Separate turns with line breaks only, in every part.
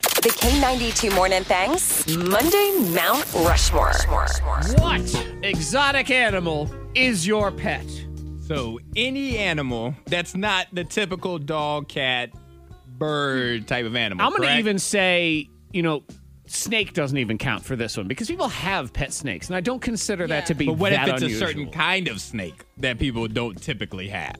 The K92 Morning Thanks, Monday Mount Rushmore.
What exotic animal is your pet?
So, any animal that's not the typical dog, cat, bird type of animal.
I'm going to
correct?
even say, you know, snake doesn't even count for this one because people have pet snakes, and I don't consider that to be
But what if
that
it's
unusual.
a certain kind of snake that people don't typically have?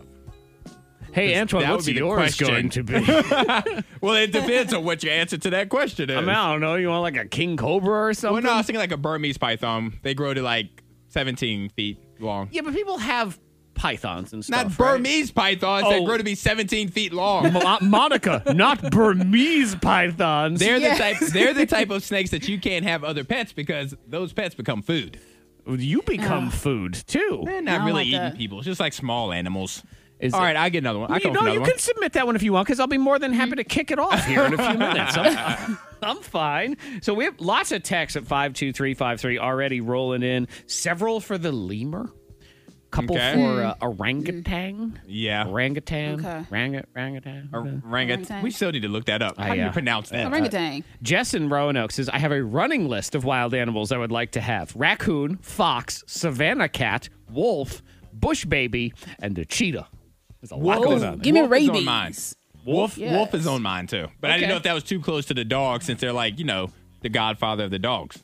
Hey, Antoine,
that
what's
would be the
yours
question.
going to be? I
Well, it depends on what your answer to that question is.
mean, I don't know. You want like a king cobra or
Well,
something?
no, I was thinking like a Burmese python. They grow to like 17 feet long.
Yeah, but people have pythons and stuff.
Not
right?
Burmese pythons
Oh.
that grow to be 17 feet long.
Mo- uh, Monica, not Burmese pythons.
They're the type. They're the type of snakes that you can't have other pets because those pets become food.
you become food too.
They're
I
not
don't
really
like
eating
that.
people. It's just like small animals.
Is
All
it-
right, I get another one. I
you
come
know,
with
you
another
can submit that one if you want, because I'll be more than happy to kick it off here in a few minutes. I'm, I'm fine. So we have lots of texts at five two three five three already rolling in. Several for the lemur, couple
Okay.
for uh, orangutan,
one. Yeah,
orangutan,
Okay.
oranga- orangutan.
orangutan. We still need to look that up. How do
yeah.
you pronounce that?
Orangutan.
Jess in Roanoke says, I have a running list of wild animals I would like to have raccoon, fox, savannah cat, wolf, bush baby, and the cheetah. There's a lot going on.
Give me
Wolf is on mine.
rabies.
Wolf,
Yes.
wolf is on mine too. But I
Okay.
didn't know if that was too close to the dog, since they're like you know the godfather of the dogs.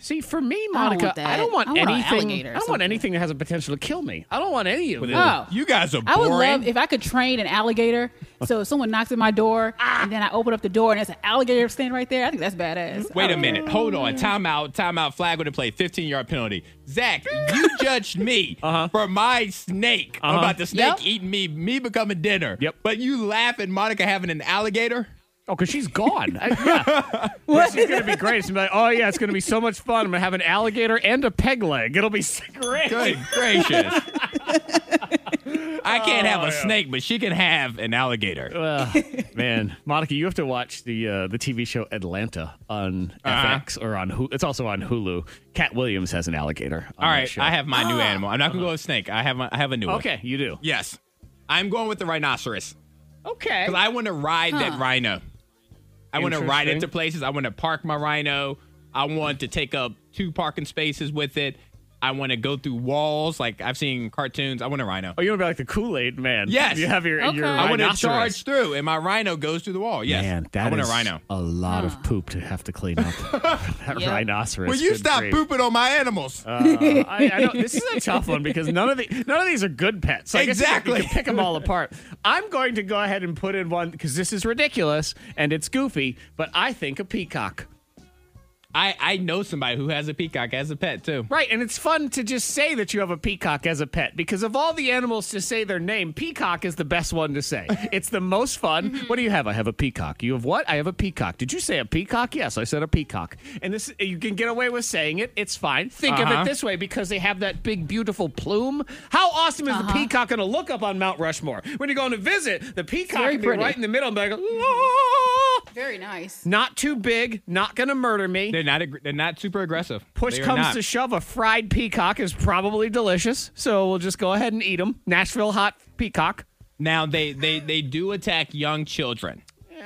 See, for me,
I don't
Monica,
want that.
I don't want,
I want an
anything.
alligator or
I don't want
something.
anything that has a potential to kill me. I don't want any of it.
Oh.
You guys are
I
boring.
would love if I could train an alligator. So if someone knocks at my door
Ah!
and then I open up the door and there's an alligator standing right there, I think that's badass.
Wait a minute. Hold on. Time out. Time out. Flag going to play. 15 yard penalty. Zach, you judged me
Uh-huh.
for my snake about the snake
Yep.
eating me, me becoming dinner.
Yep.
But you laugh at Monica having an alligator.
Oh, because she's gone. I- yeah. This is going to be great. She's gonna be like, oh, yeah, it's going to be so much fun. I'm going to have an alligator and a peg leg. It'll be so great.
Good gracious. I can't have a snake, but she can have an alligator.
Man, Monica, you have to watch the uh, the TV show Atlanta on
Uh-huh.
FX or on Hulu. It's also on Hulu. Cat Williams has an alligator. on
All
that
right.
show.
I have my new animal. I'm not going to go with snake. I have, my, I have a new one.
Okay, you do.
Yes. I'm going with the rhinoceros.
Okay.
Because I want to ride that rhino. I want to ride it
Interesting.
to places. I want to park my rhino. I want to take up two parking spaces with it. I want to go through walls like I've seen cartoons. I want a rhino.
Oh, you want to be like the Kool Aid man?
Yes.
You have your your.
Okay.
I want to
rhinoceros.
charge through, and my rhino goes through the wall. Yes,
Man,
I
that
want
is
a rhino.
a lot of poop to have to clean up. that
Yep.
rhinoceros.
Will you
good
stop
grief.
pooping on my animals?
I, I don't, this is a tough one because none of the none of these are good pets. So I guess you can- you
Exactly.
can pick them all apart. I'm going to go ahead and put in one because this is ridiculous and it's goofy, but I think a peacock.
I I know somebody who has a peacock as a pet too.
Right, and it's fun to just say that you have a peacock as a pet because of all the animals to say their name, peacock is the best one to say. it's the most fun.
Mm-hmm.
What do you have? I have a peacock. You have what? I have a peacock. Did you say a peacock? Yes, I said a peacock. And this you can get away with saying it. It's fine. Think of
Uh-huh.
it this way because they have that big beautiful plume. How awesome is
Uh-huh.
the peacock going to look up on Mount Rushmore? When you're going to visit, the peacock
very
can be
pretty.
right in the middle and be like, "Ah!"
Very nice.
not too big, not going to murder me.
They're not aggr- they're not super aggressive.
Push
They are
comes
not.
to shove, a fried peacock is probably delicious, so we'll just go ahead and eat them. Nashville hot peacock.
now they they they do attack young children.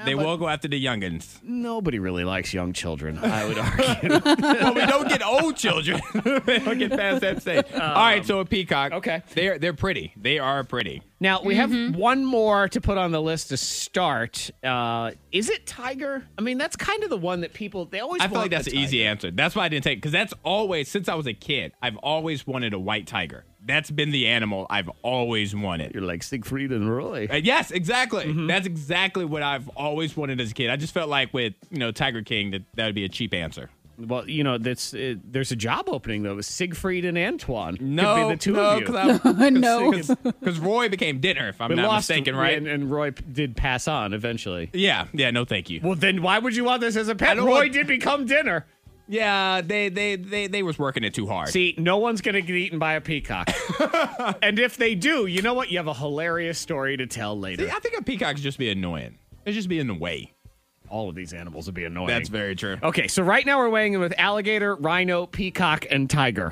they will go after the youngins.
Nobody really likes young children, I would argue.
well, we don't get old children. we don't get past that stage. All right, so a peacock.
Um, okay.
they're they're pretty. They are pretty.
now, we have one more to put on the list to start. Uh, is it tiger? I mean, that's kind of the one that people, they always
I feel
want
like that's
the
an easy answer. That's why I didn't take because that's always since I was a kid. I've always wanted a white tiger. That's been the animal I've always wanted.
You're like Siegfried and Roy.
Uh, yes, exactly.
Mm-hmm.
That's exactly what I've always wanted as a kid. I just felt like with you know Tiger King that that would be a cheap answer.
Well, you know, that's uh, there's a job opening, though. with Siegfried and Antoine.
No,
Could be the two
no,
of you.
No.
because Roy became dinner. If I'm
We
not
lost-
mistaken, right?
And, and Roy p- did pass on eventually.
yeah, yeah. No, thank you.
Well, then why would you want this as a pet?
don't
Roy
want-
did become dinner.
Yeah, they they they they was working it too hard.
See, no one's going to get eaten by a peacock. and if they do, you know what? You have a hilarious story to tell later.
See, I think a peacock's just be annoying. It's just be in the way.
All of these animals would be annoying.
very true.
okay, so right now we're weighing in with alligator, rhino, peacock, and tiger.